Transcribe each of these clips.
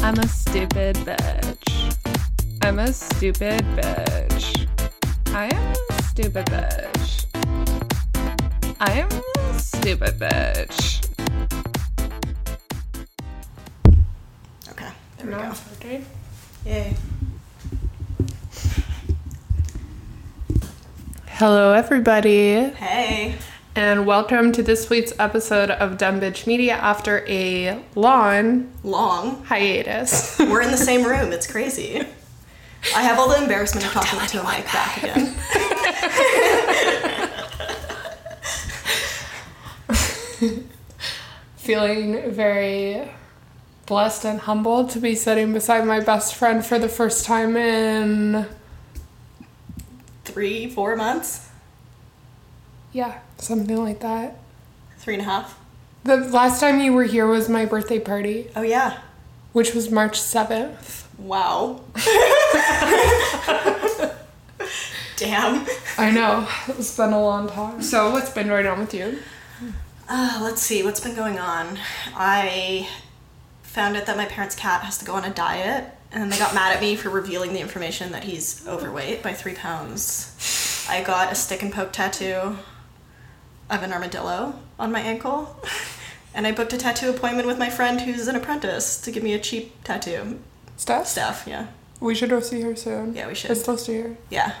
I'm a stupid bitch. I'm a stupid bitch. I am a stupid bitch. I am a stupid bitch. Okay, there we go. surgery. Yay. Hello, everybody, Hey. and welcome to this week's episode of Dumb Bitch Media after a long Long. hiatus. We're in the same room. It's crazy. I have all the embarrassment of talking to a mic back again. Feeling very blessed and humbled to be sitting beside my best friend for the first time in Three, four months? Yeah, something like that. Three and a half? The last time you were here was my birthday party, Oh, yeah. which was March 7th. Wow. Damn. I know, it's been a long time. So, what's been going on with you? Uh, let's see, what's been going on? I found out that my parents' cat has to go on a diet, and they got mad at me for revealing the information that he's overweight by three pounds. I got a stick and poke tattoo of an armadillo on my ankle, and I booked a tattoo appointment with my friend who's an apprentice to give me a cheap tattoo Steph? stuff. Yeah, We should go see her soon. yeah, we It's should. close to here. Yeah,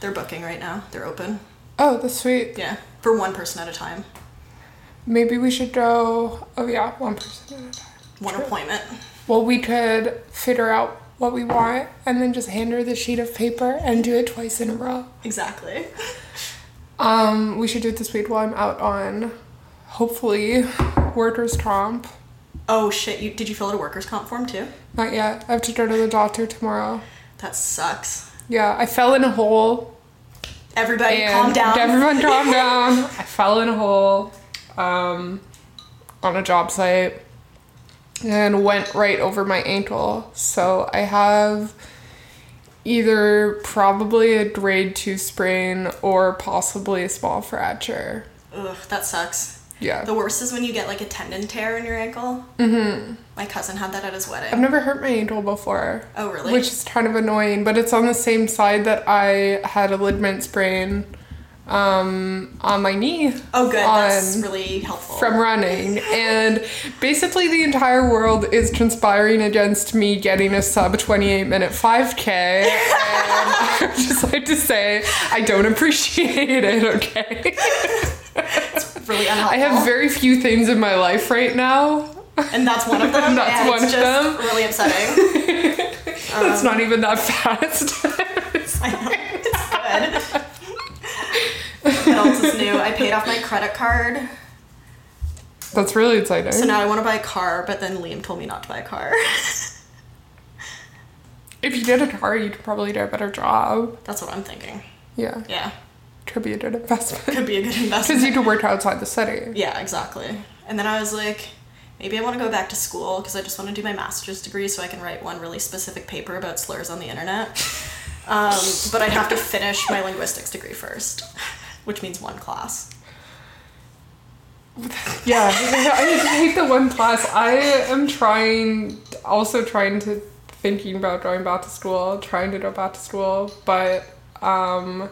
they're booking right now, they're open. Oh, that's sweet. Yeah, for one person at a time, Maybe we should go. Oh, yeah, one person at a time. one True. appointment. Well, we could figure out what we want and then just hand her the sheet of paper and do it twice in a row. Exactly. Um, we should do it this week while I'm out on, hopefully, workers' comp. Oh shit, you did you fill out a workers' comp form too? Not yet. I have to go to the doctor tomorrow. That sucks. Yeah, I fell in a hole. Everybody and calm down. Everyone calm down. I fell in a hole um, on a job site and went right over my ankle. So I have either probably a grade two sprain or possibly a small fracture. Ugh, that sucks. Yeah. The worst is when you get like a tendon tear in your ankle. Mm-hmm. My cousin had that at his I've wedding. never hurt my ankle before. Oh really? Which is kind of annoying, but it's on the same side that I had a ligament sprain um, on my knee. oh good, that's on- really helpful. Um, From running, and basically the entire world is conspiring against me getting a sub 28 minute 5k. And I would just like to say, I don't appreciate it, okay? really I unhelpful. have very few things in my life right now. and that's one of them. That's and one it's of just them. Really upsetting. it's not even that fast. I know. It's good. what else is new? I paid off my credit card, That's really exciting. so now I want to buy a car. But then Liam told me not to buy a car. if you did a car, you'd probably do a better job. that's what I'm thinking. Yeah. Yeah, Could be a good investment. could be a good Because investment. you could work outside the city. Yeah, exactly. And then I was like, maybe I want to go back to school because I just want to do my master's degree so I can write one really specific paper about slurs on the internet. Um, but I'd have to finish my linguistics degree first, which means one class. Yeah. I just hate the one class. I am trying, also trying to, thinking about going back to school, trying to go back to school, but um,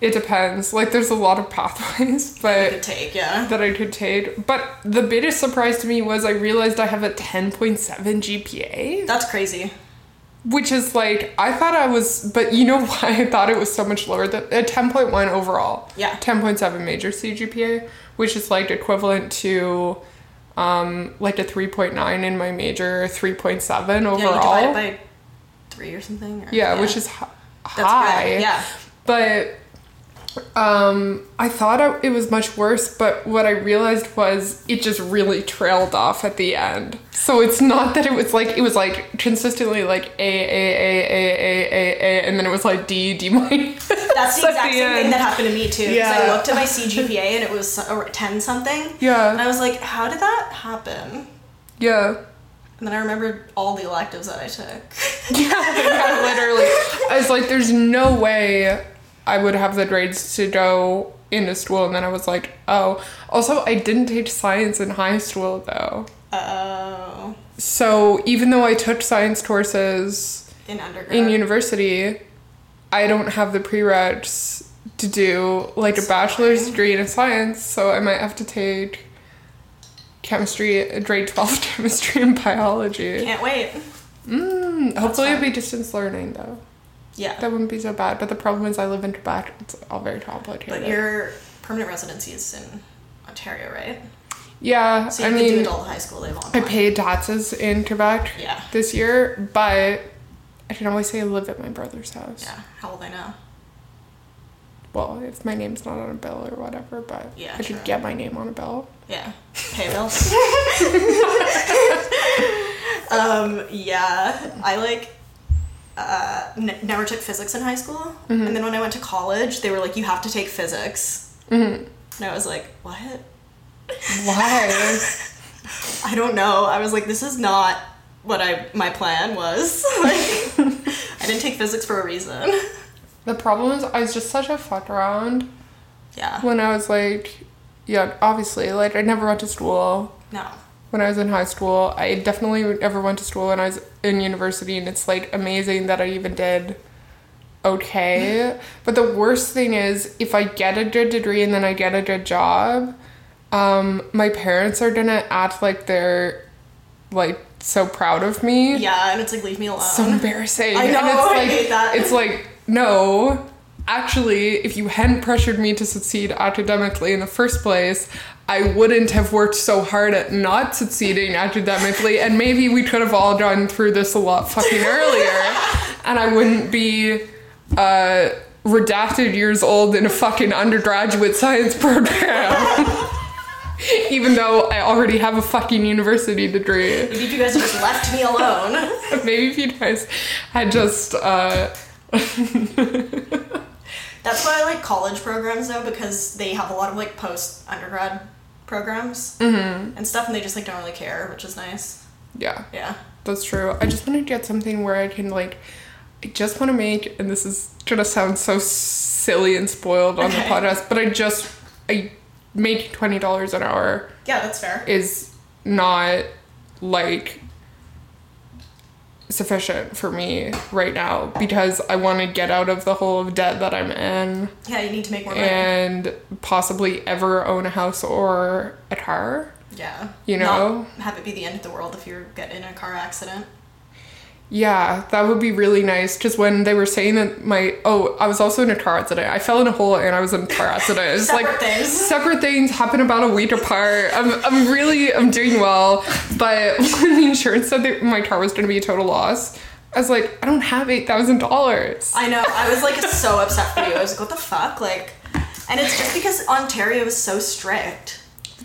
it depends. Like, there's a lot of pathways, I but could take, yeah. that I could take. But the biggest surprise to me was I realized I have a 10.7 GPA. That's crazy. which is like I thought I was, but you know why I thought it was so much lower than a ten point one overall. Yeah. ten point seven major CGPA, which is like equivalent to, um, like a three point nine in my major, three point seven Yeah, you overall. divide it by three or something. or- yeah, which is hi- That's high. good. Yeah. But um, I thought I- it was much worse, but what I realized was it just really trailed off at the end. So it's not that it was like it was like consistently like A A A A A A A, and then it was like D D minus. That's the at exact the same thing end. that happened to me too. Because I Yeah. looked at my CGPA and it was uh, 10 something. Yeah. And I was like, how did that happen? Yeah. And then I remembered all the electives that I took. Yeah, yeah, literally. I was like, there's no way I would have the grades to go into school, and then I was like, oh. Also, I didn't teach science in high school though. Oh. So even though I took science courses In undergrad. in university, I don't have the prereqs to do like a bachelor's degree in science, so I might have to take chemistry, grade 12 chemistry and biology. Can't wait. Mm, hopefully it'd fine. be distance learning though. Yeah. That wouldn't be so bad, but the problem is I live in Quebec. It's all very complicated. But your permanent residency is in Ontario, right? yeah, So you Uh, I have to do mean, it all high school. They've all. I paid taxes in Quebec Yeah. this year, but I can always say I live at my brother's house. Yeah. How will they know? Well, if my name's not on a bill or whatever, but Yeah, I should true. get my name on a bill. Yeah. Pay bills. um, yeah. I like uh, n- never took physics in high school. Mm-hmm. And then when I went to college, they were like, you have to take physics. Mm-hmm. And I was like, what? Why? I don't know. I was like, this is not what I my plan was. Like, I didn't take physics for a reason. the problem is I was just such a fuck around Yeah. when I was like, yeah, obviously, like I never went to school. No. when I was in high school. I definitely never went to school when I was in university, and it's like amazing that I even did okay. but the worst thing is, if I get a good degree and then I get a good job, um, my parents are gonna act like they're like so proud of me. Yeah, and it's like, leave me alone. So embarrassing. Um, I know, And it's I like, hate that. It's like, no. Actually, if you hadn't pressured me to succeed academically in the first place, I wouldn't have worked so hard at not succeeding academically, and maybe we could have all gone through this a lot fucking earlier, and I wouldn't be uh, redacted years old in a fucking undergraduate science program. Even though I already have a fucking university degree. Maybe if you guys just left me alone. Maybe if you guys had just uh That's why I like college programs though, because they have a lot of like post undergrad programs and stuff, and they just like don't really care, which is nice. yeah, Yeah. that's true. I just want to get something where I can like I just want to make and this is gonna sound so silly and spoiled on Okay. the podcast, but I just I make twenty dollars an hour Yeah, that's fair. is not like sufficient for me right now because I want to get out of the hole of debt that I'm in yeah, you need to make more money. and possibly ever own a house or a car. yeah. you know? Not have it be the end of the world if you get in a car accident. Yeah, that would be really nice. Just when they were saying that my oh, I was also in a car accident. I fell in a hole and I was in a car accident. It's Separate like things. separate things happen about a week apart. I'm I'm really I'm doing well, but when the insurance said that my car was going to be a total loss, I was like, I don't have eight thousand dollars. I know. I was like so upset for you. I was like, what the fuck? Like, and it's just because Ontario is so strict.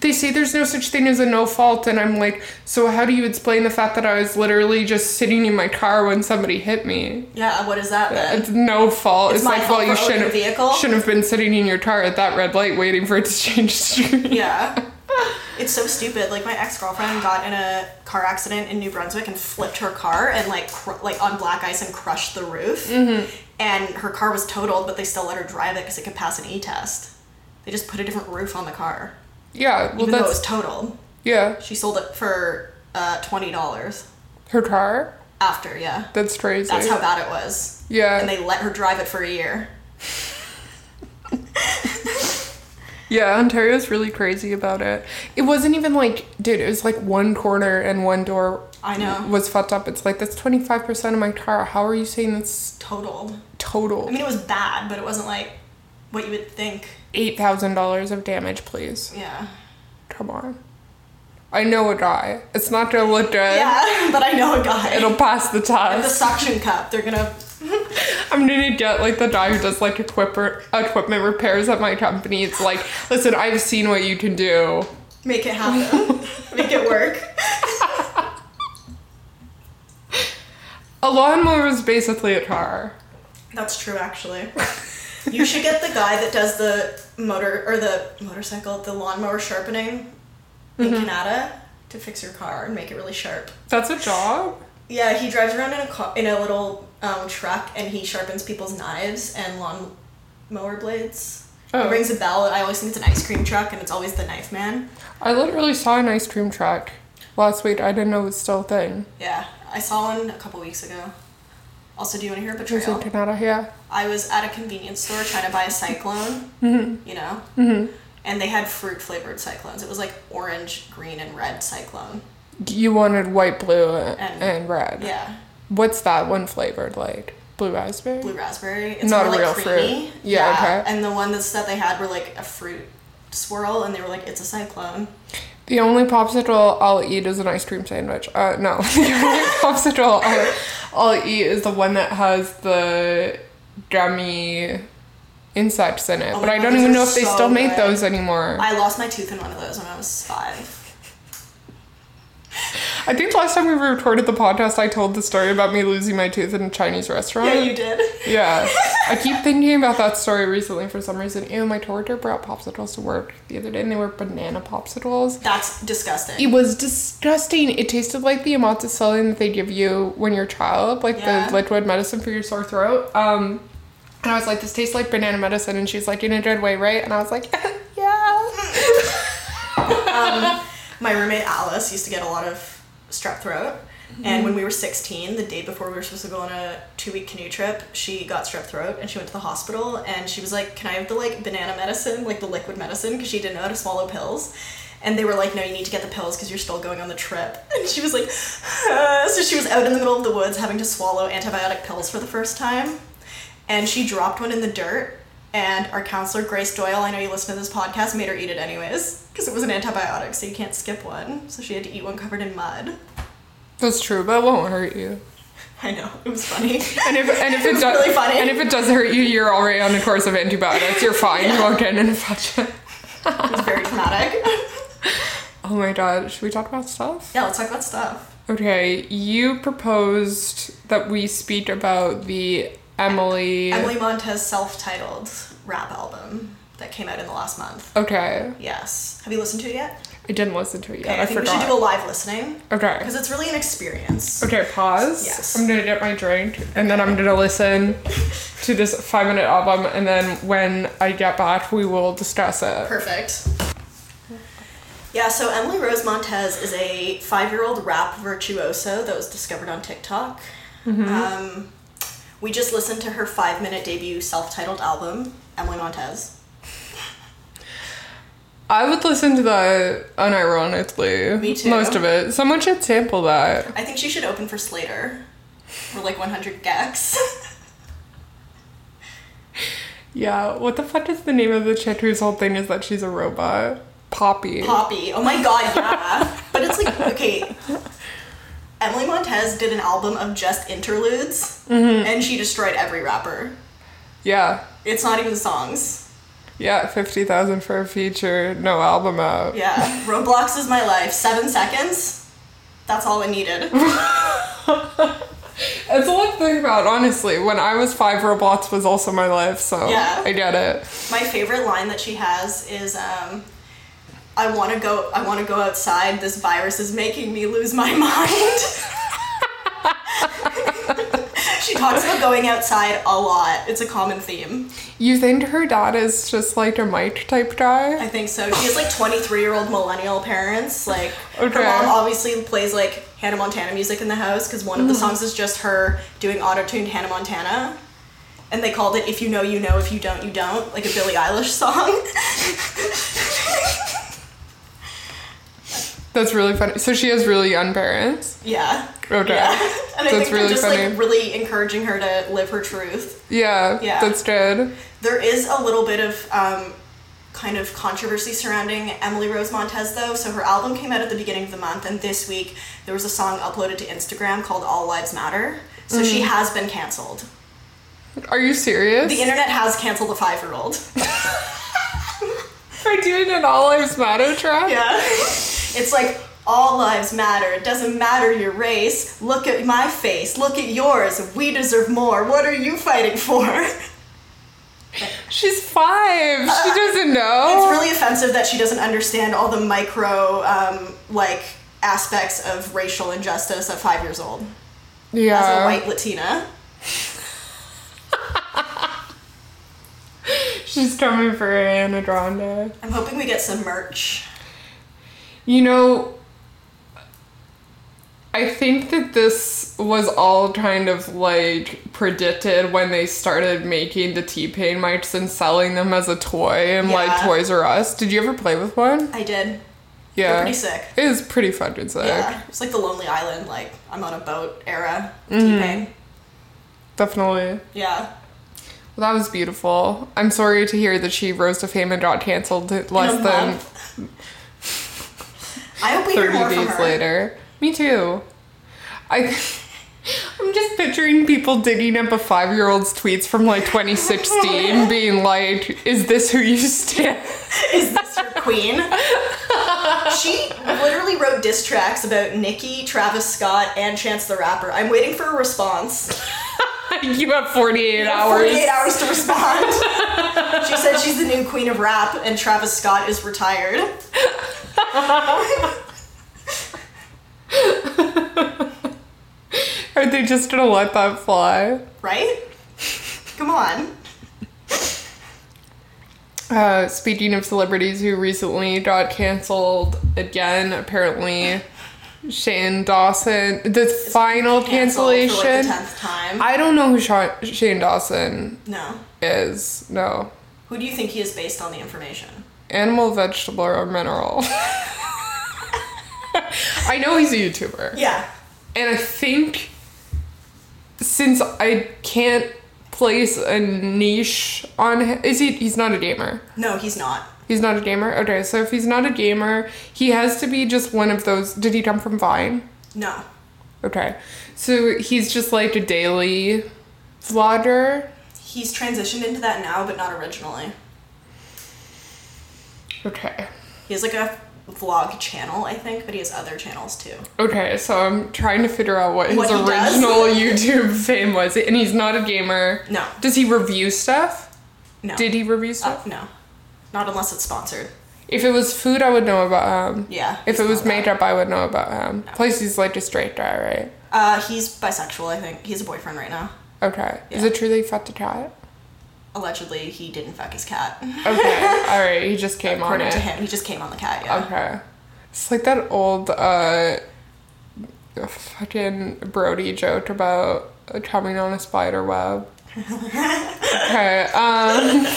They say there's no such thing as a no fault, and I'm like, so how do you explain the fact that I was literally just sitting in my car when somebody hit me? Yeah. What is that then? It's no fault. It's, my like, fault well, you for owning shouldn't the vehicle? shouldn't have been sitting in your car at that red light waiting for it to change street. Yeah. It's so stupid. Like my ex-girlfriend got in a car accident in New Brunswick and flipped her car and like cr- like on black ice and crushed the roof. Mm-hmm. And her car was totaled, but they still let her drive it because it could pass an E test. They just put a different roof on the car, Yeah, well, even though it was that's totaled. yeah. She sold it for uh, twenty dollars Her car. after. Yeah, That's crazy. that's how bad it was. yeah, And they let her drive it for a year. yeah. Ontario's really crazy about it. It wasn't even like, dude. It was like one corner and one door I know. was fucked up. It's like that's twenty five percent of my car. How are you saying that's Totaled. I total mean, it was bad, but it wasn't like what you would think. eight thousand dollars of damage? Please, Yeah. come on. I know a guy. It's not gonna look good. Yeah, but I know a guy. It'll pass the Like test. the suction cup. They're gonna. I'm gonna get like the guy who does like equipper, equipment repairs at my company. It's like, listen, I've seen what you can do. Make it happen. Make it work. A lawnmower is basically a car. That's true, actually. You should get the guy that does the motor or the motorcycle, the lawnmower sharpening in Mm-hmm. Canada to fix your car and make it really sharp. That's a job. Yeah, he drives around in a car, in a little um, truck and he sharpens people's knives and lawn mower blades. Oh. It rings a bell, and I always think it's an ice cream truck, and it's always the knife man. I literally saw an ice cream truck last week. I didn't know it was still a thing. Yeah, I saw one a couple weeks ago. Also, do you want to hear a It was in betrayal? Canada, yeah. I was at a convenience store trying to buy a cyclone, Mm-hmm. you know, and they had fruit flavored cyclones. It was like orange, green, and red cyclone. You wanted white, blue, and, And- red. Yeah, What's that one flavored like? Blue raspberry? blue raspberry. It's more Not a like real creamy. fruit. Yeah, okay. And the one that's, that they had were like a fruit swirl, and they were like, "It's a cyclone." The only popsicle I'll eat is an ice cream sandwich. Uh, no, the only popsicle I'll, I'll eat is the one that has the gummy insects in it. Oh but my I God, don't those even are know if they so still make good. those anymore. I, I lost my tooth in one of those when I was five. think last time we recorded the podcast, I told the story about me losing my tooth in a Chinese restaurant. Yeah, you did. Yeah. I keep thinking about that story recently for some reason. Ew, my coworker brought popsicles to work the other day, and they were banana popsicles. That's It disgusting. was disgusting. It tasted like the amoxicillin that they give you when you're a child, like Yeah. the liquid medicine for your sore throat. Um, and I was like, this tastes like banana medicine. And she's like, in a good way, right? And I was like, yeah. Um, My roommate Alice used to get a lot of strep throat. And when we were 16, the day before we were supposed to go on a two week canoe trip, she got strep throat and she went to the hospital and she was like, Can I have the like banana medicine, like the liquid medicine? Because she didn't know how to swallow pills. And they were like, No, you need to get the pills because you're still going on the trip. And she was like, So she was out in the middle of the woods having to swallow antibiotic pills for the first time. and she dropped one in the dirt. And our counselor, Grace Doyle, I know you listen to this podcast, made her eat it anyways because it was an antibiotic, so you can't skip one. So she had to eat one covered in mud. That's true, but it won't hurt you. I know it was funny. And if, and if It it, was does, really funny. and if it does hurt you, you're already on a course of antibiotics. You're fine. You won't get an infection. it was very traumatic. Oh my god, should we talk about stuff? yeah, let's talk about stuff. Okay, you proposed that we speak about the Emily. Emily Montez self-titled rap album that came out in the last month. Okay, Yes. Have you listened to it yet? I didn't listen to it yet. Okay, I, think we should forgot. do a live listening okay. because it's really an experience. Okay, pause. Yes. I'm gonna get my drink and then I'm gonna listen to this five minute album and then when I get back, we will discuss it. Perfect. Yeah, so Emily Rose Montez is a five year old rap virtuoso that was discovered on TikTok. Um, we just listened to her five minute debut self titled album, Emily Montez. I would listen to that unironically. Me too. Most of it. Someone should sample that. I think she should open for Slater or like 100 Gex. Yeah, what the fuck is the name of the chick whose whole thing is that she's a robot? Poppy. Poppy. Oh my god, yeah. but it's like, okay. Emily Montez did an album of just interludes and she destroyed every rapper. yeah. It's not even songs. Yeah, 50,000 for a feature, no album out. Yeah, Roblox is my life. Seven seconds. That's all it needed. It's a lot to think about, honestly. When I was five, Roblox was also my life, so Yeah. I get it. my favorite line that she has is, um, "I want to go. I want to go outside. This virus is making me lose my mind." she talks about going outside a lot. It's a common theme. You think her dad is just like a Mike type guy? I think so. She has like 23 year old millennial parents. Like, Okay. her mom obviously plays like Hannah Montana music in the house because one of the Mm. songs is just her doing auto tuned Hannah Montana. And they called it If You Know, You Know, If You Don't, You Don't, like a Billie Eilish song. That's really funny. So she has really young parents? Oh, yeah. Okay. Yeah. And I That's think really they're just funny. like really encouraging her to live her truth. Yeah, Yeah. that's good. There is a little bit of um, kind of controversy surrounding Emily Rose Montez, though. So her album came out at the beginning of the month, and this week there was a song uploaded to Instagram called All Lives Matter. So she has been canceled. Are you serious? The internet has canceled a five year old. For doing an All Lives Matter track? Yeah. it's like, all lives matter. It doesn't matter your race. Look at my face. Look at yours. We deserve more. What are you fighting for? She's five. She doesn't know. It's really offensive that she doesn't understand all the micro, um, like, aspects of racial injustice at five years old yeah. as a white Latina. She's coming for Anadronda. I'm hoping we get some merch. You know, I think that this was all kind of like predicted when they started making the T Pain mics and selling them as a toy and like Yeah. Toys R Us. Did you ever play with one? I did. Yeah. pretty sick. It is pretty fucking sick. Yeah. It's like the Lonely Island, like I'm on a boat era Mm-hmm. T-Pain. Definitely. Yeah. Well, that was beautiful. I'm sorry to hear that she rose to fame and got canceled less In a than month. I hope we hear 30 more from days her. later. Me too. I. I'm just picturing people digging up a five year old's tweets from like 2016, being like, is this who you stand? Is this your queen? she literally wrote diss tracks about Nicki, Travis Scott, and Chance the Rapper. I'm waiting for a response. you have 48 hours. 48 hours to respond. she said she's the new queen of rap, and Travis Scott is retired. Are they just gonna let that fly? Right? Come on. Uh, speaking of celebrities who recently got canceled again, apparently Shane Dawson, the final Canceled cancellation. For like the tenth time. I don't know who Sha Shane Dawson no. is. No. Who do you think he is based on the information? Animal, vegetable, or mineral. I know he's a YouTuber. Yeah. And I think since I can't place a niche on him, is he? He's not a gamer. No, he's not. He's not a gamer? Okay, so if he's not a gamer, he has to be just one of those. Did he come from Vine? No. Okay. So he's just like a daily vlogger. He's transitioned into that now, but not originally. Okay. He has like a vlog channel, I think, but he has other channels too. Okay, so I'm trying to figure out what his What he does? original YouTube fame was. And he's not a gamer. No. Does he review stuff? No. Did he review Uh, stuff? no. Not unless it's sponsored. if it was food, I would know about him. Yeah. If it he's was not that. makeup, I would know about him. Plus, he's like a straight guy, right? Uh, he's bisexual, I think. He's a boyfriend right now. Okay. Is Yeah. it true that he fucked a cat? Allegedly, he didn't fuck his cat. Okay. All right. He just came on According it. to him, he just came on the cat, yeah. Okay. It's like that old uh fucking Brody joke about coming on a spider web. okay. Um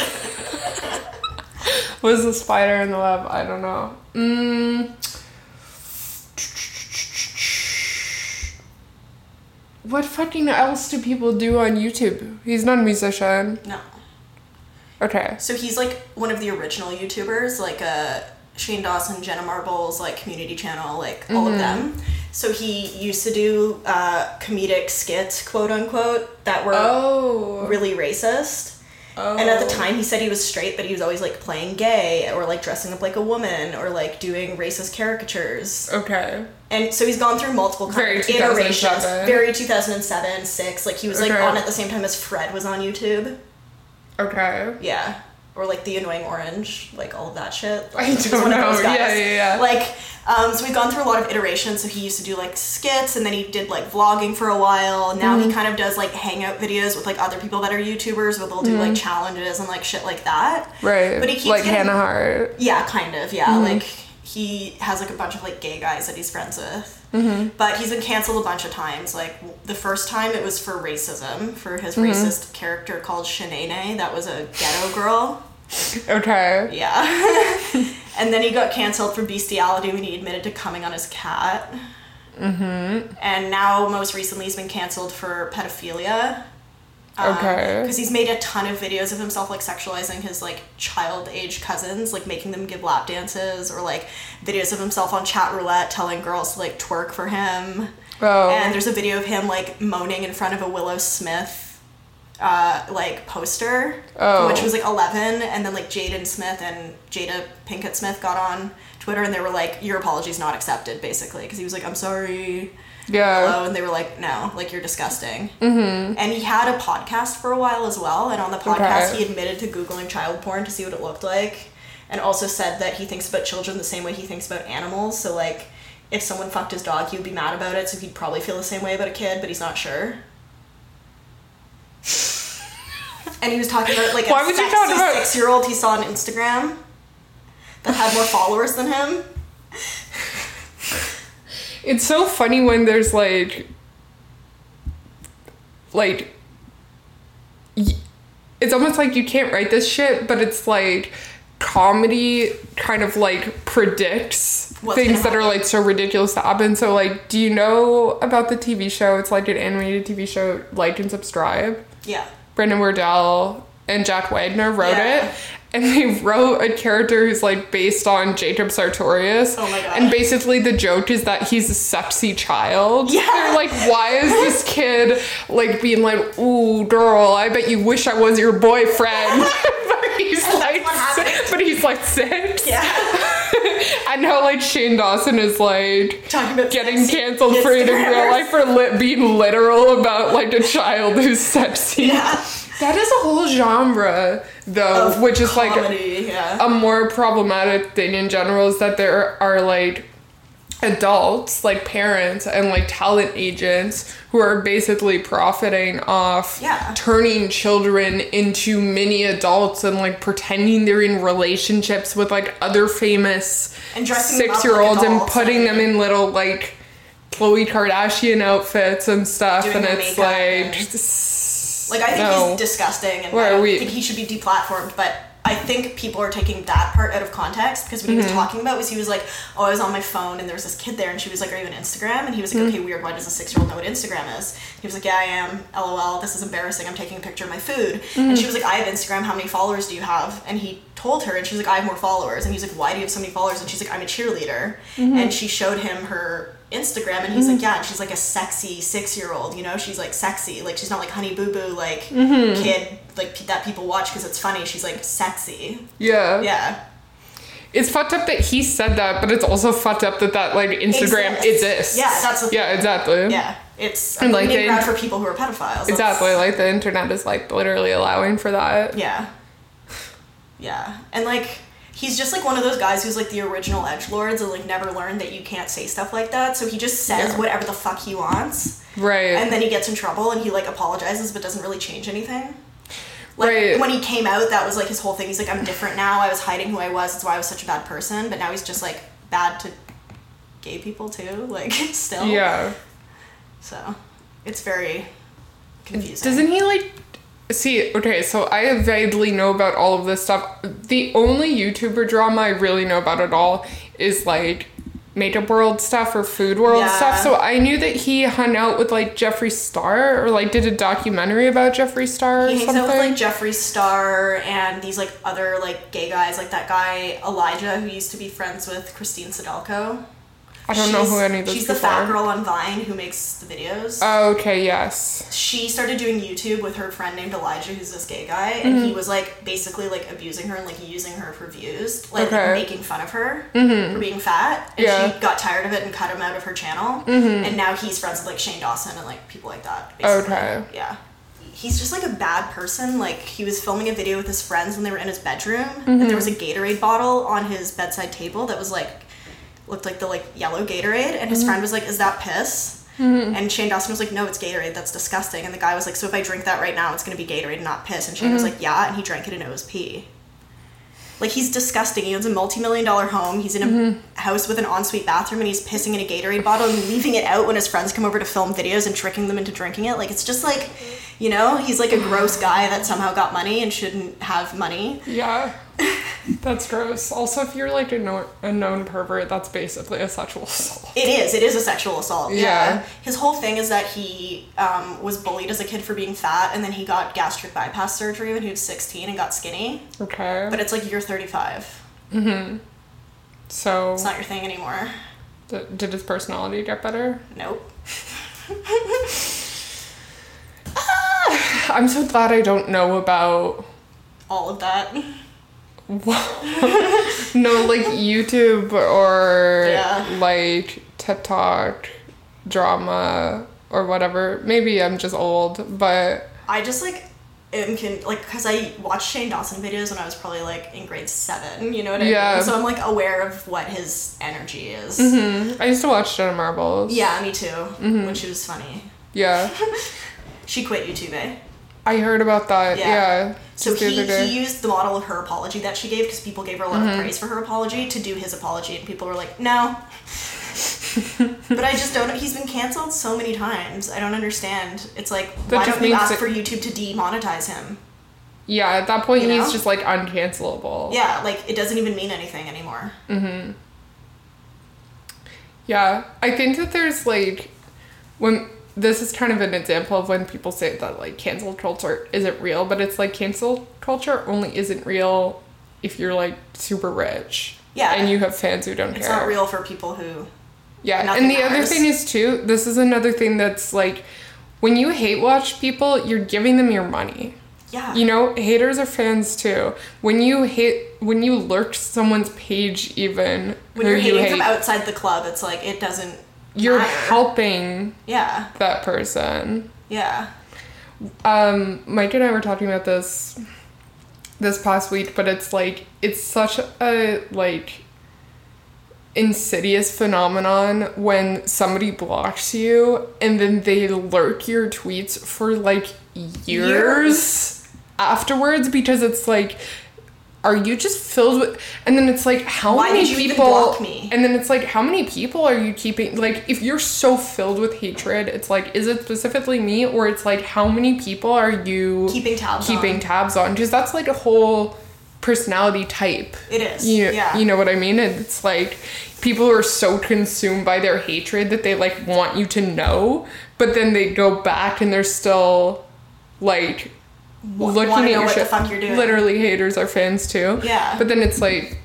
Was the spider in the web? I don't know. Mm. What fucking else do people do on YouTube? He's not a musician. No. Okay. So he's like one of the original YouTubers, like uh, Shane Dawson, Jenna Marbles, like Community Channel, like Mm-hmm. all of them. So he used to do uh, comedic skits, quote unquote, that were Oh. really racist. And at the time, he said he was straight, but he was always like playing gay or like dressing up like a woman or like doing racist caricatures. Okay. And so he's gone through multiple kind Very of iterations. 2007. Very 2007, 6. Like he was like Okay. on at the same time as Fred was on YouTube. Okay. Yeah. Or like the annoying orange, like all of that shit. Like, I he's don't one of know. those guys. Yeah, yeah, yeah. Like, um, so we've gone through a lot of iterations. So he used to do like skits, and then he did like vlogging for a while. Now Mm-hmm. he kind of does like hangout videos with like other people that are YouTubers, where they'll do like challenges and like shit like that. Mm-hmm. Right. But he keeps like getting- Hannah Hart. Yeah, kind of. Yeah, like he has like a bunch of like gay guys that he's friends with. But he's been canceled a bunch of times. Like w- the first time it was for racism for his racist character called Shanae. That was a ghetto girl. Okay. Yeah. and then he got canceled for bestiality when he admitted to coming on his cat. Mm-hmm. And now, most recently, he's been canceled for pedophilia. Okay. Uh, Because Um, he's made a ton of videos of himself, like sexualizing his like child age cousins, like making them give lap dances, or like videos of himself on chat roulette telling girls to like twerk for him. Oh. And there's a video of him like moaning in front of a Willow Smith uh, like poster, Oh. which was like 11, and then like Jaden Smith and Jada Pinkett Smith got on Twitter and they were like, "Your apology's not accepted," basically, because he was like, "I'm sorry." yeah. Hello, and they were like, "No, like you're disgusting." Mm-hmm. And he had a podcast for a while as well, and on the podcast Okay. he admitted to googling child porn to see what it looked like, and also said that he thinks about children the same way he thinks about animals. So like, if someone fucked his dog, he'd be mad about it, so he'd probably feel the same way about a kid, but he's not sure. and he was talking about like Why a would you sexy talk about- six-year-old he saw on Instagram that had more followers than him. It's so funny when there's like, like, y- it's almost like you can't write this shit, but it's like comedy kind of like predicts What's things that gonna are like so ridiculous to happen. So like, do you know about the TV show? It's like an animated TV show. Like and subscribe. Yeah. Brendan Wardell and Jack Wagner wrote Yeah. it. And they wrote a character who's like based on Jacob Sartorius. Oh my God. And basically the joke is that he's a sexy child. Yeah. They're like, why is this kid like being like, ooh, girl, I bet you wish I was your boyfriend. but he's like what happened. si- but he's like six. Yeah. I know like Shane Dawson is like Talking about getting sexy canceled for it in real Instagrammers. life for li- being literal about like a child who's sexy. Yeah. That is a whole genre, though, Of which is like Oh, comedy, yeah. a more problematic thing in general is that there are like adults, like parents, and like talent agents who are basically profiting off Yeah. turning children into mini adults and like pretending they're in relationships with like other famous And dressing them up like six year olds and adults, putting like- them in little like Khloe Kardashian outfits and stuff, Doing and their it's makeup like. and- Like I think no. he's disgusting, and Where I are don't we- think he should be deplatformed. But I think people are taking that part out of context because what he Mm-hmm. was talking about was he was like, "Oh, I was on my phone and there was this kid there, and she was like, are you on Instagram?'" And he was like, Mm. "Okay, weird. Why does a six-year-old know what Instagram is?" He was like, "Yeah, I am. LOL. This is embarrassing. I'm taking a picture of my food." Mm-hmm. And she was like, "I have Instagram. How many followers do you have?" And he told her, and she was like, "I have more followers." And he's like, "Why do you have so many followers?" And she's like, "I'm a cheerleader." Mm-hmm. And she showed him her Instagram and he's Mm. like, yeah, and she's like a sexy six year old, you know? She's like sexy. Like, she's not like honey boo boo, like Mm-hmm. kid, like pe- that people watch because it's funny. She's like sexy. Yeah. Yeah. It's fucked up that he said that, but it's also fucked up that that like Instagram Exists. exists. Yeah, that's the yeah, exactly. Yeah. It's a And, like, like they- ground for people who are pedophiles. That's- exactly. Like the internet is like literally allowing for that. Yeah. Yeah. And like, he's just like one of those guys who's like the original edge lords and like never learned that you can't say stuff like that. So he just says Yeah. whatever the fuck he wants. Right. and then he gets in trouble and he like apologizes but doesn't really change anything like Right. when he came out that was like his whole thing he's like i'm different now i was hiding who i was that's why i was such a bad person but now he's just like bad to gay people too like still yeah. so it's very confusing Doesn't he like see? Okay, so I vaguely know about all of this stuff. The only YouTuber drama I really know about at all is like makeup world stuff or food world Yeah. stuff. So I knew that he hung out with like Jeffree Star or like did a documentary about Jeffree Star or he hangs something. out with like Jeffree Star and these like other like gay guys, like that guy Elijah who used to be friends with Christine Sedelko. I don't know who any of those She's the people fat are. girl on Vine who makes the videos. Oh, okay, yes. she started doing YouTube with her friend named Elijah, who's this gay guy, and Mm-hmm. he was like basically like abusing her and like using her for views, like Okay. Mm-hmm. making fun of her for being fat. And Yeah. Mm-hmm. she got tired of it and cut him out of her channel. And now he's friends with like Shane Dawson and like people like that. basically. Okay. Yeah. He's just like a bad person. Like he was filming a video with his friends when they were in his bedroom, and there was a Gatorade bottle on his bedside table that was like looked like the like yellow Gatorade, and his friend was like, "Is that piss?" And Shane Dawson was like, "No, it's Gatorade. That's disgusting." And the guy was like, "So if I drink that right now, it's gonna be Gatorade, not piss." And Shane was like, "Yeah," and he drank it, and it was pee. Like he's disgusting. He owns a multi-million dollar home. He's in a house with an ensuite bathroom, and he's pissing in a Gatorade bottle and leaving it out when his friends come over to film videos and tricking them into drinking it. Like it's just like, you know, he's like a gross guy that somehow got money and shouldn't have money. Yeah. That's gross. Also, if you're like a known, a known pervert, that's basically a sexual assault. It is. It is a sexual assault. Yeah. Yeah. His whole thing is that he um, was bullied as a kid for being fat, and then he got gastric bypass surgery when he was 16 and got skinny. Okay. But it's like you're 35. so, It's not your thing anymore. d- did his personality get better? Nope. I'm so glad I don't know about. All of that. No, like YouTube or Yeah. like TikTok drama or whatever. Maybe I'm just old, but I just like am can like because I watched Shane Dawson videos when I was probably like in grade seven. You know what I Yeah. Mm-hmm. mean? So I'm like aware of what his energy is. I used to watch Jenna Marbles. Mm-hmm. Yeah, me too. When she was funny, Yeah. she quit YouTube. Eh? I heard about that. Yeah. Yeah. So just the he, other day. he used the model of her apology that she gave because people gave her a lot Mm-hmm. of praise for her apology to do his apology, and people were like, no. but I just don't. He's been canceled so many times. I don't understand. It's like That why just don't you means ask that- for YouTube to demonetize him? yeah. At that point, You he's know? just like uncancelable. Yeah, like it doesn't even mean anything anymore. Yeah, I think that there's like when this is kind of an example of when people say that like cancel culture isn't real, but it's like cancel culture only isn't real if you're like super rich. Yeah. And you have fans who don't It's care. not real for people who. Yeah, Nothing and the other matters. thing is too, this is another thing that's like when you hate watch people, you're giving them your money. Yeah. You know, haters are fans too. When you hate when you lurk someone's page even when who you're you hating hate, from outside the club, it's like it doesn't. you're matter. helping Yeah, that person. yeah. Um, Mike and I were talking about this this past week, but it's like it's such a like insidious phenomenon when somebody blocks you and then they lurk your tweets for like years, Years. afterwards because it's like are you just filled with and then it's like how Why many did you even people block me? and then it's like how many people are you keeping like if you're so filled with hatred it's like is it specifically me or it's like how many people are you Keeping tabs keeping on. tabs on because that's like a whole personality type It is. you, yeah. you know what I mean? And It's like people are so consumed by their hatred that they like want you to know, but then they go back and they're still like looking wanna at know your what the shit. fuck you're doing. Literally, haters are fans too. Yeah. But then it's like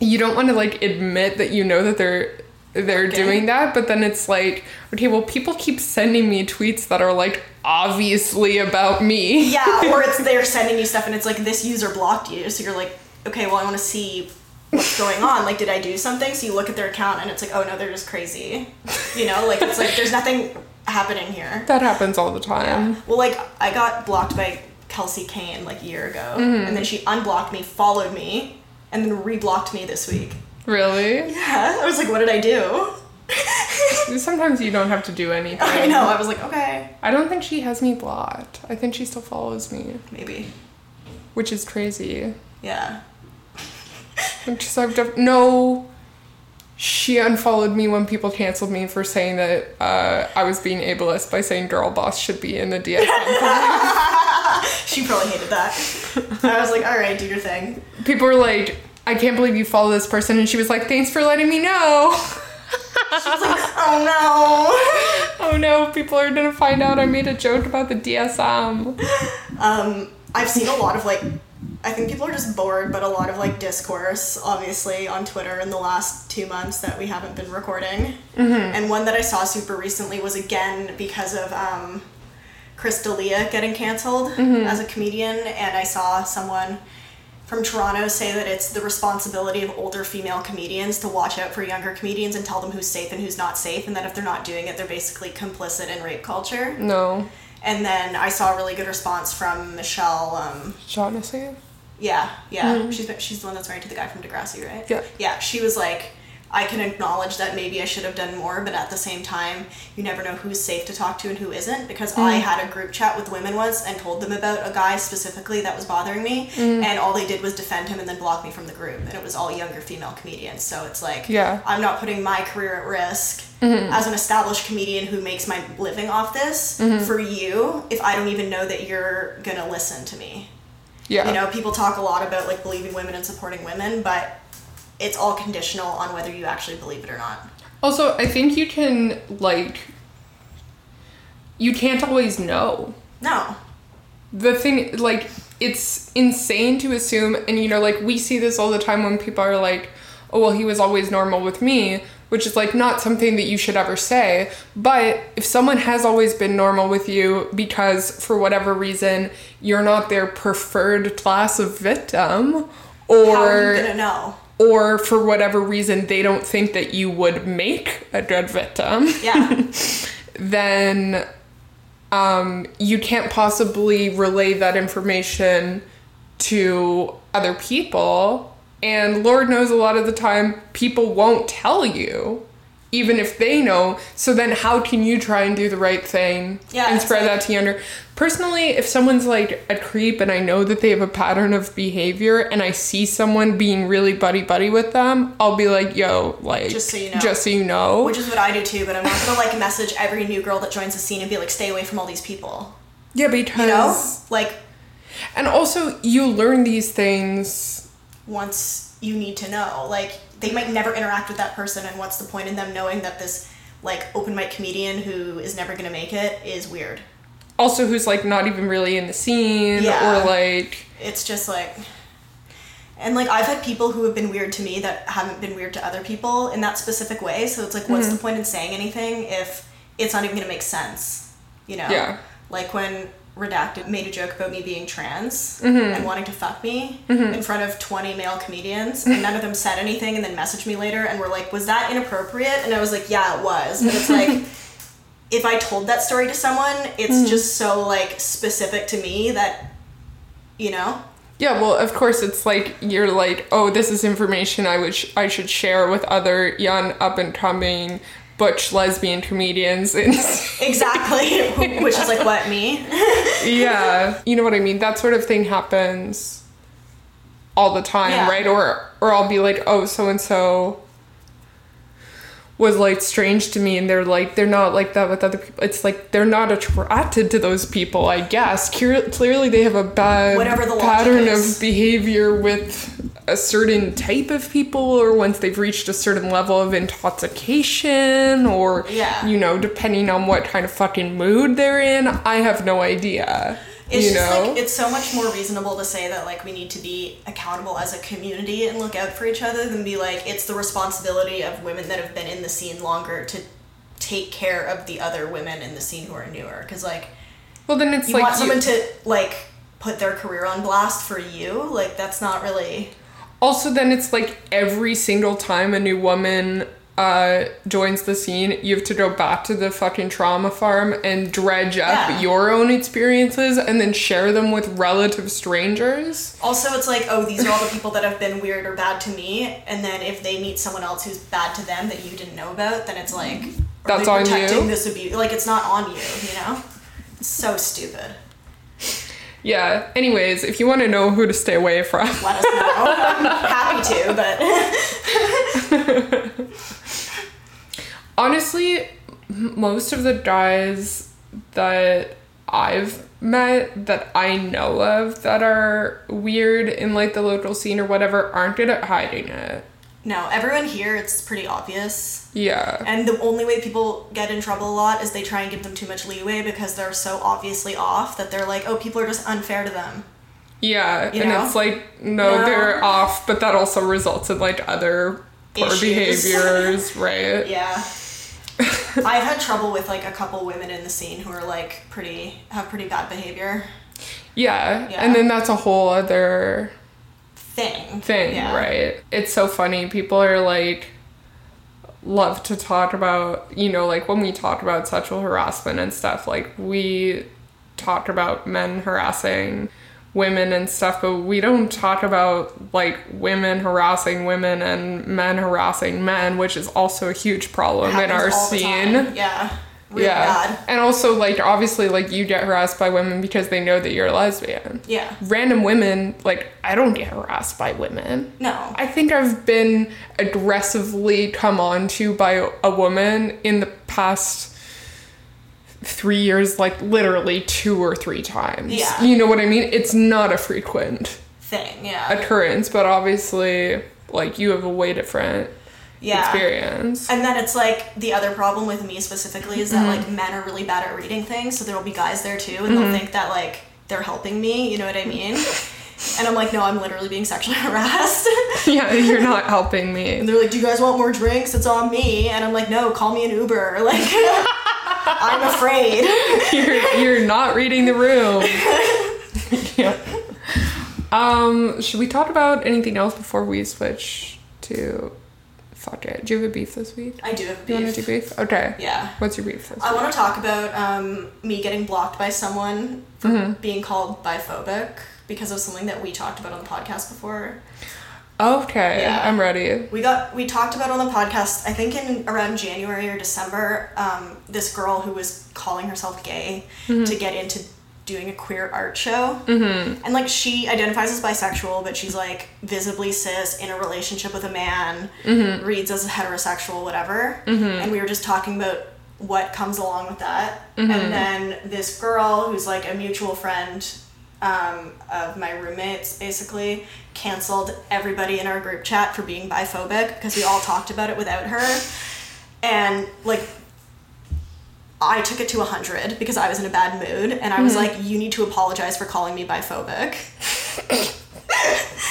you don't want to like admit that you know that they're they're Okay. doing that, but then it's like okay, well, people keep sending me tweets that are like obviously about me. Yeah, or it's they're sending you stuff and it's like this user blocked you, so you're like, okay, well I want to see what's going on. Like, did I do something? So you look at their account and it's like, oh no, they're just crazy. You know, like it's like there's nothing happening here. That happens all the time. Well, like I got blocked by Kelsey Kane like a year ago, Mm-hmm. and then she unblocked me, followed me, and then reblocked me this week. Really? Yeah, I was like, what did I do? Sometimes you don't have to do anything. I know. I was like, okay, I don't think she has me blocked. I think she still follows me, maybe, which is crazy. yeah. Because I've def- no. She unfollowed me when people canceled me for saying that uh, I was being ableist by saying girl boss should be in the DSM. She probably hated that. I was like, all right, do your thing. people were like, I can't believe you follow this person. And she was like, thanks for letting me know. She was like, oh no. oh no, people are gonna find out I made a joke about the DSM. Um, I've seen a lot of like, I think people are just bored, but a lot of like discourse, obviously, on Twitter in the last two months that we haven't been recording. And one that I saw super recently was again because of um, Chris D'Elia getting canceled as a comedian, and I saw someone from Toronto say that it's the responsibility of older female comedians to watch out for younger comedians and tell them who's safe and who's not safe, and that if they're not doing it, they're basically complicit in rape culture. No. And then I saw a really good response from Michelle. Um, Shaughnessy? yeah, yeah, she's been- she's the one that's married to the guy from Degrassi, right? Mm-hmm. Yeah. Yeah, she was like, I can acknowledge that maybe I should have done more, but at the same time, you never know who's safe to talk to and who isn't. Because I Mm-hmm. had a group chat with women once and told them about a guy specifically that was bothering me, Mm-hmm. and all they did was defend him and then block me from the group. And it was all younger female comedians, so it's like, Yeah. Mm-hmm. I'm not putting my career at risk as an established comedian who makes my living off this Mm-hmm. for you if I don't even know that you're gonna listen to me. Yeah. You know, people talk a lot about like believing women and supporting women, but it's all conditional on whether you actually believe it or not. Also, I think you can like you can't always know. No. The thing like it's insane to assume and you know like we see this all the time when people are like, "Oh, well, he was always normal with me." Which is like not something that you should ever say, but if someone has always been normal with you because for whatever reason you're not their preferred class of victim or How are you gonna know? or for whatever reason they don't think that you would make a good victim, Yeah. then um, you can't possibly relay that information to other people. And Lord knows a lot of the time people won't tell you. even if they know. So then how can you try and do the right thing Yeah, and it's spread like- that to younger? Personally, if someone's like a creep and I know that they have a pattern of behavior and I see someone being really buddy buddy with them, I'll be like, yo, like Just so you know. Just so you know. Which is what I do too, but I'm not gonna like message every new girl that joins the scene and be like, stay away from all these people. yeah, because You know? Like, and also you learn these things once you need to know. Like, they might never interact with that person, and what's the point in them knowing that this, like, open mic comedian who is never gonna make it is weird? also who's like not even really in the scene Yeah. or like It's just like. And like I've had people who have been weird to me that haven't been weird to other people in that specific way. So it's like, what's the point in saying anything if it's not even gonna make sense? You know? Yeah. Like when Redacted made a joke about me being trans and wanting to fuck me in front of 20 male comedians, and none of them said anything and then messaged me later and were like, was that inappropriate? And I was like, yeah, it was. But it's like, if I told that story to someone, it's just so like specific to me that, you know? Yeah, well, of course, it's like you're like, oh, this is information I would sh- I should share with other young up and coming butch lesbian comedians. And Exactly. Which is like, what, me? yeah, you know what I mean. That sort of thing happens all the time, Yeah. right? Or or I'll be like, oh, so and so was like strange to me, and they're like, they're not like that with other people. It's like they're not attracted to those people, I guess. Cur- clearly, they have a bad Whatever the logic pattern of is. behavior with a certain type of people or once they've reached a certain level of intoxication or Yeah. you know depending on what kind of fucking mood they're in i have no idea It's you just know like it's so much more reasonable to say that like we need to be accountable as a community and look out for each other than be like it's the responsibility of women that have been in the scene longer to take care of the other women in the scene who are newer because like well then it's you like want someone you- to like put their career on blast for you like that's not really also then it's like every single time a new woman uh, joins the scene you have to go back to the fucking trauma farm and dredge up Yeah. your own experiences and then share them with relative strangers also it's like oh these are all the people that have been weird or bad to me and then if they meet someone else who's bad to them that you didn't know about then it's like are That's they on you? protecting this abuse like it's not on you you know it's so stupid Yeah. Anyways, if you want to know who to stay away from, let us know. I'm happy to, but honestly, m- most of the guys that I've met that I know of that are weird in like the local scene or whatever aren't good at hiding it. no, everyone here it's pretty obvious. Yeah. And the only way people get in trouble a lot is they try and give them too much leeway because they're so obviously off that they're like, oh, people are just unfair to them. Yeah. You and know? it's like, no, No. they're off, but that also results in like other poor Issues. behaviors, right? Yeah. I've had trouble with like a couple women in the scene who are like pretty have pretty bad behavior yeah. Yeah. And then that's a whole other thing. thing, Yeah. right? It's so funny. People are like, love to talk about, you know, like when we talk about sexual harassment and stuff, like we talk about men harassing women and stuff, but we don't talk about like women harassing women and men harassing men, which is also a huge problem in Happens our all the scene. time. Yeah. Really yeah. bad. And also, like, obviously, like, you get harassed by women because they know that you're a lesbian. Yeah. Random women, like, I don't get harassed by women. No. I think I've been aggressively come on to by a woman in the past three years, like literally two or three times. Yeah. You know what I mean? It's not a frequent Thing, yeah. occurrence, but obviously, like, you have a way different Yeah. experience. And then it's like the other problem with me specifically is that Mm-hmm. like men are really bad at reading things, so there will be guys there too, and they'll think that like they're helping me. You know what I mean? and I'm like, no, I'm literally being sexually harassed. yeah, you're not helping me. and they're like, do you guys want more drinks? It's on me. And I'm like, no, call me an Uber. Like, I'm afraid. you're, you're not reading the room. yeah. Um, should we talk about anything else before we switch to fuck it? Do you have a beef this week? I do have You want to beef. do beef? Okay. Yeah. What's your beef this I week? want to talk about um, me getting blocked by someone for being called biphobic because of something that we talked about on the podcast before. Okay, Yeah. I'm ready. We got we talked about it on the podcast. I think in around January or December, um, this girl who was calling herself gay to get into doing a queer art show, mm-hmm. and like she identifies as bisexual, but she's like visibly cis in a relationship with a man, reads as heterosexual, whatever. And we were just talking about what comes along with that, and then this girl who's like a mutual friend um, of my roommates basically canceled everybody in our group chat for being biphobic because we all talked about it without her. And like, I took it to 100 because I was in a bad mood and I was like, you need to apologize for calling me biphobic.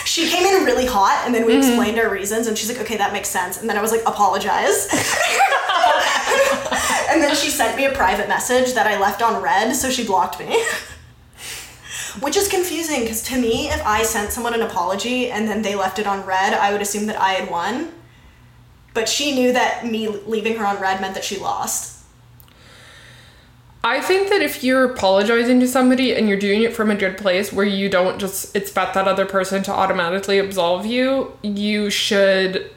she came in really hot and then we explained our reasons and she's like, okay, that makes sense. And then I was like, apologize. and then she sent me a private message that I left on red, so she blocked me. Which is confusing because to me, if I sent someone an apology and then they left it on red, I would assume that I had won. But she knew that me leaving her on red meant that she lost. I think that if you're apologizing to somebody and you're doing it from a good place where you don't just expect that other person to automatically absolve you, you should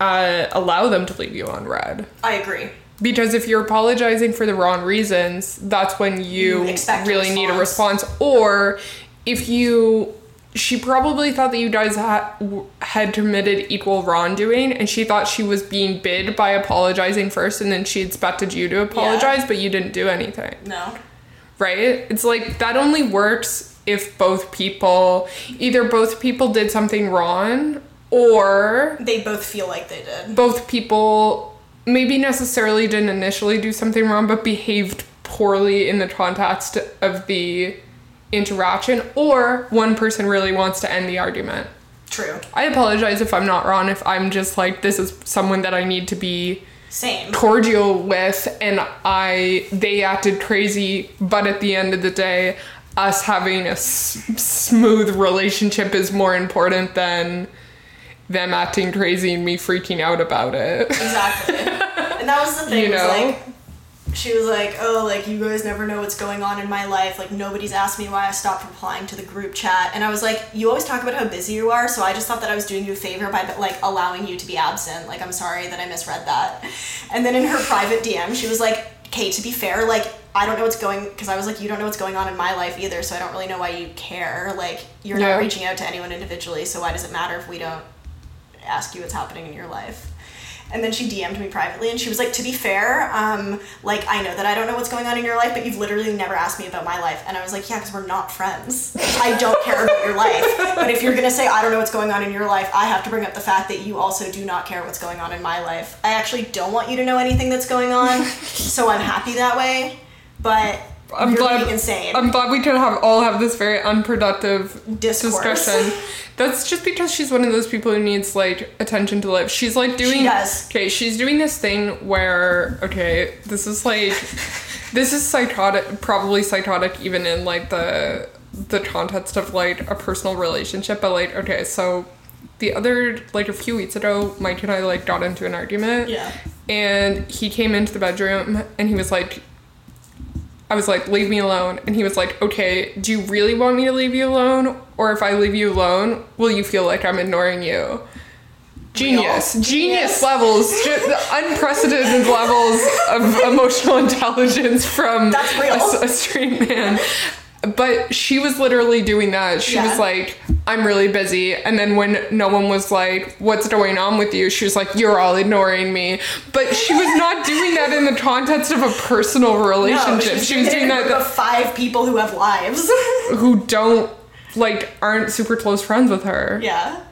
uh, allow them to leave you on red. I agree. Because if you're apologizing for the wrong reasons, that's when You you, expect a really need a response. Or if you, she probably thought that you guys ha- w- had committed equal wrongdoing, and she thought she was being bid by apologizing first, and then she expected you to apologize, but you didn't do anything No. right? It's like that only works if both people either both people did something wrong or They both feel like they did. both people maybe necessarily didn't initially do something wrong but behaved poorly in the context of the interaction or one person really wants to end the argument. True. I apologize if I'm not wrong if I'm just like this is someone that I need to be Same. cordial with and I they acted crazy but at the end of the day us having a s- smooth relationship is more important than them acting crazy and me freaking out about it. Exactly. and that was the thing. You was know? like she was like, "Oh, like you guys never know what's going on in my life. Like nobody's asked me why I stopped replying to the group chat." And I was like, "You always talk about how busy you are, so I just thought that I was doing you a favor by like allowing you to be absent. Like I'm sorry that I misread that." And then in her private DM, she was like, "Okay, to be fair, like I don't know what's going because I was like, you don't know what's going on in my life either, so I don't really know why you care. Like you're Yeah. not reaching out to anyone individually, so why does it matter if we don't ask you what's happening in your life. And then she DM'd me privately and she was like, To be fair, um, like, I know that I don't know what's going on in your life, but you've literally never asked me about my life. And I was like, Yeah, because we're not friends. I don't care about your life. But if you're going to say, I don't know what's going on in your life, I have to bring up the fact that you also do not care what's going on in my life. I actually don't want you to know anything that's going on, so I'm happy that way. But I'm you're glad being insane. I'm glad we could have all have this very unproductive Discourse. discussion. That's just because she's one of those people who needs like attention to live. She's like doing does. okay. She's doing this thing where okay, this is like this is psychotic, probably psychotic even in like the the context of like a personal relationship. But like okay, so the other like a few weeks ago, Mike and I like got into an argument. Yeah. And he came into the bedroom and he was like, I was like, leave me alone. And he was like, okay, do you really want me to leave you alone? Or if I leave you alone, will you feel like I'm ignoring you? Genius. Real. Genius, levels. ju- unprecedented levels of emotional intelligence from That's real. a s- a straight man. But she was literally doing that. She Yeah. was like, I'm really busy. And then when no one was like, What's going on with you? She was like, You're all ignoring me. But she was not doing that in the context of a personal No, relationship. she's she was in a doing that group of five people who have lives. who don't, like, aren't super close friends with her. Yeah.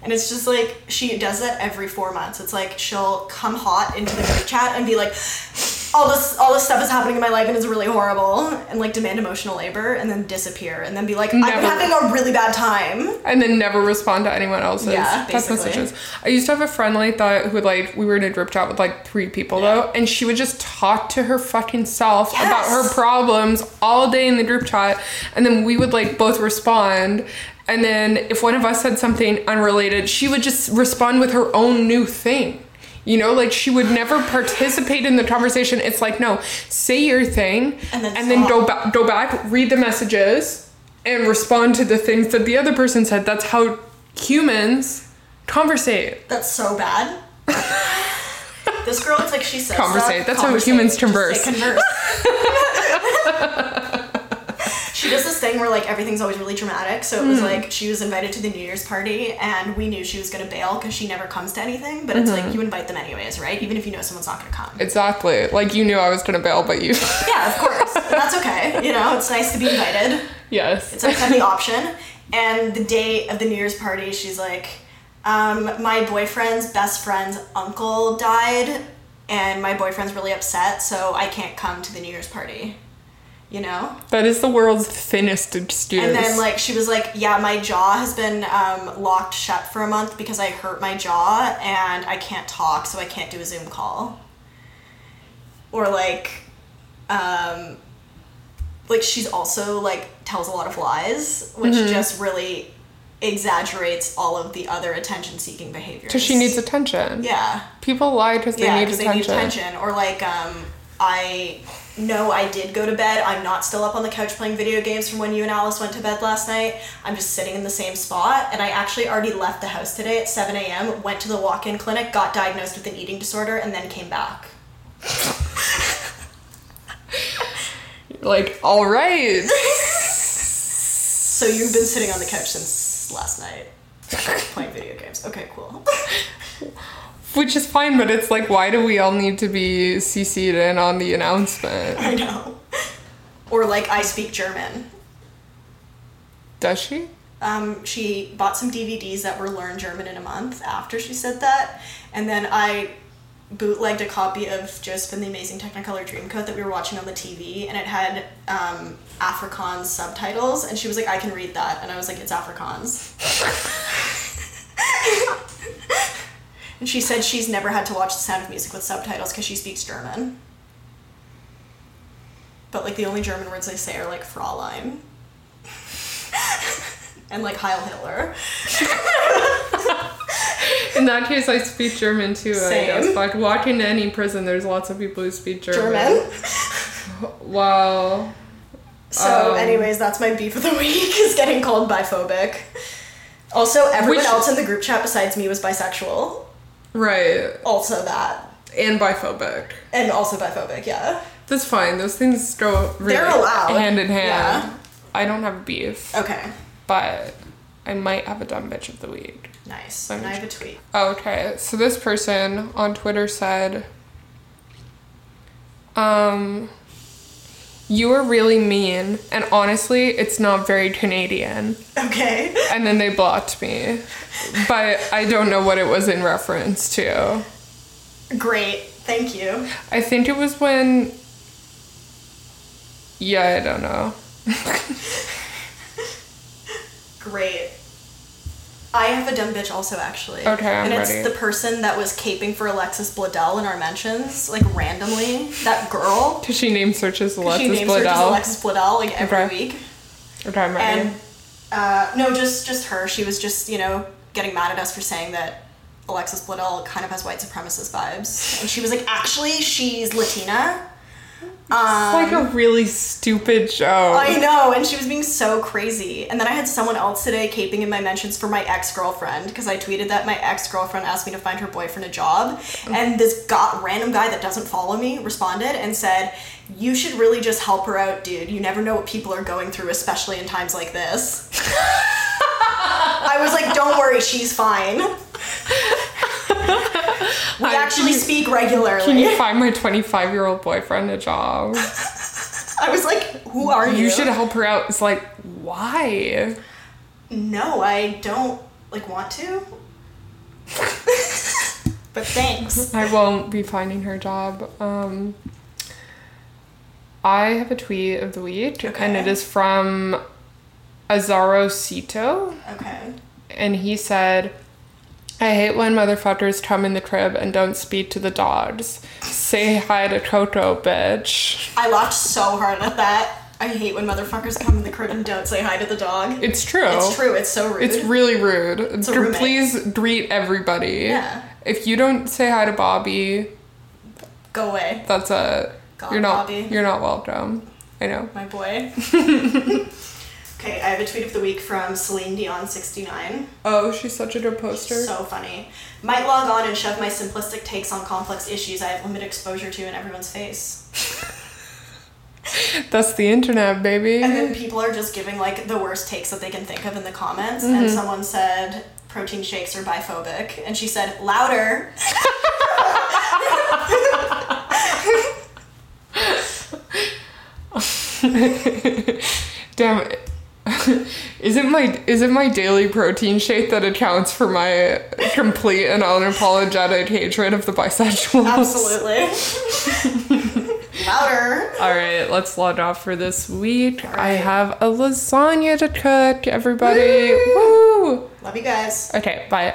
And it's just like she does that every four months. It's like she'll come hot into the group chat and be like, "All this, all this stuff is happening in my life and it's really horrible," and like demand emotional labor, and then disappear, and then be like, "I've been Never. having a really bad time." and then never respond to anyone else's Yeah, text basically. messages. I used to have a friend like that who like we were in a group chat with like three people though, and she would just talk to her fucking self about her Yes. problems all day in the group chat, and then we would like both respond. And then if one of us said something unrelated, she would just respond with her own new thing. You know, like she would never participate in the conversation. It's like, no, say your thing And then and then stop. go back go back read the messages and respond to the things that the other person said that's how humans conversate. That's so bad. this girl, it's like she says. Conversate. That's how humans converse. converse. she does this thing where like everything's always really dramatic. So Hmm. it was like she was invited to the New Year's party, and we knew she was gonna bail because she never comes to anything. But it's Mm-hmm. like you invite them anyways, right? Even if you know someone's not gonna come. Exactly. Like you knew I was gonna bail, but you. yeah, of course. That's okay. You know, it's nice to be invited. yes. It's like kind of the option. And the day of the New Year's party, she's like, um, my boyfriend's best friend's uncle died, and my boyfriend's really upset, so I can't come to the New Year's party. You know? That is the world's thinnest excuse. And then like she was like, yeah, my jaw has been um, locked shut for a month because I hurt my jaw and I can't talk, so I can't do a Zoom call. Or like, um, like she's also like tells a lot of lies, which Mm-hmm. just really exaggerates all of the other attention-seeking behaviors. because she needs attention. Yeah People lie because they, yeah, need 'cause attention. they need attention. Or like, um, I know I did go to bed. I'm not still up on the couch playing video games from when you and Alice went to bed last night. I'm just sitting in the same spot, and I actually already left the house today at 7 a.m. Went to the walk-in clinic, got diagnosed with an eating disorder, and then came back. Like, all right. So you've been sitting on the couch since last night playing video games. Okay, cool. Which is fine, but it's like, why do we all need to be CC'd in on the announcement? I know. Or like, I speak German. Does she? Um, she bought some DVDs that were Learn German in a Month after she said that. And then I bootlegged a copy of Joseph and the Amazing Technicolor Dreamcoat that we were watching on the TV, and it had um, Afrikaans subtitles. And she was like, I can read that. And I was like, It's Afrikaans. and she said she's never had to watch The Sound of Music with subtitles because she speaks German. But like the only German words they say are like Fraulein and like Heil Hitler. In that case, I speak German too, I Same. guess. Like, walk into any prison, there's lots of people who speak German. German. Wow. So, Um, anyways, that's my beef of the week is getting called biphobic. Also, everyone Which- else in the group chat besides me was bisexual. Right. Also that. And biphobic. And also biphobic, yeah. That's fine. Those things go really They're allowed. hand in hand. Yeah. I don't have beef, Okay. but I might have a dumb bitch of the week. Nice. Let And me I have a tweet. Okay, so this person on Twitter said, um, you are really mean, and honestly, it's not very Canadian. Okay. And then they blocked me, but I don't know what it was in reference to. Great. Thank you. I think it was when. Yeah, I don't know. Great. I have a dumb bitch also actually. Okay, I'm And it's ready. the person that was caping for Alexis Bledel in our mentions, like randomly. That girl. Because she name searches she Alexis name searches Bledel. Alexis Bledel like every Okay. week. Okay, I'm ready. and uh, no, just just her. She was just you know getting mad at us for saying that Alexis Bledel kind of has white supremacist vibes, and she was like, actually, she's Latina. it's like a really stupid show. um, I know, and she was being so crazy. And then I had someone else today caping in my mentions for my ex girlfriend because I tweeted that my ex girlfriend asked me to find her boyfriend a job, and this got random guy that doesn't follow me responded and said. You should really just help her out, dude. You never know what people are going through, especially in times like this. I was like, don't worry, she's fine. We Hi, actually can you- speak regularly. Can you find my 25 year old boyfriend a job? I was like, who are you? You should help her out. It's like, why? No, I don't like want to. but thanks. I won't be finding her job. Um, I have a tweet of the week, and Okay. it is from Azaro Sito. Okay. and he said, I hate when motherfuckers come in the crib and don't speak to the dogs. Say hi to Coco, bitch. I laughed so hard at that. I hate when motherfuckers come in the crib and don't say hi to the dog. It's true. It's true, it's so rude. It's really rude. a Gr- roommate. Please greet everybody. Yeah. If you don't say hi to Bobby, Go away, that's a God, you're not Bobby. you're not welcome. I know. my boy. Okay, I have a tweet of the week from Celine Dion69. Oh, she such a good poster. So funny. Might log on and shove my simplistic takes on complex issues I have limited exposure to in everyone's face. That's the internet, baby. And then people are just giving like the worst takes that they can think of in the comments. And someone said protein shakes are biphobic, and she said louder. Damn it. is it my is it my daily protein shake that accounts for my complete and unapologetic hatred of the bisexuals? Absolutely. louder. All right, let's log off for this week. I have a lasagna to cook, everybody. Woo! Love you guys. Okay, bye.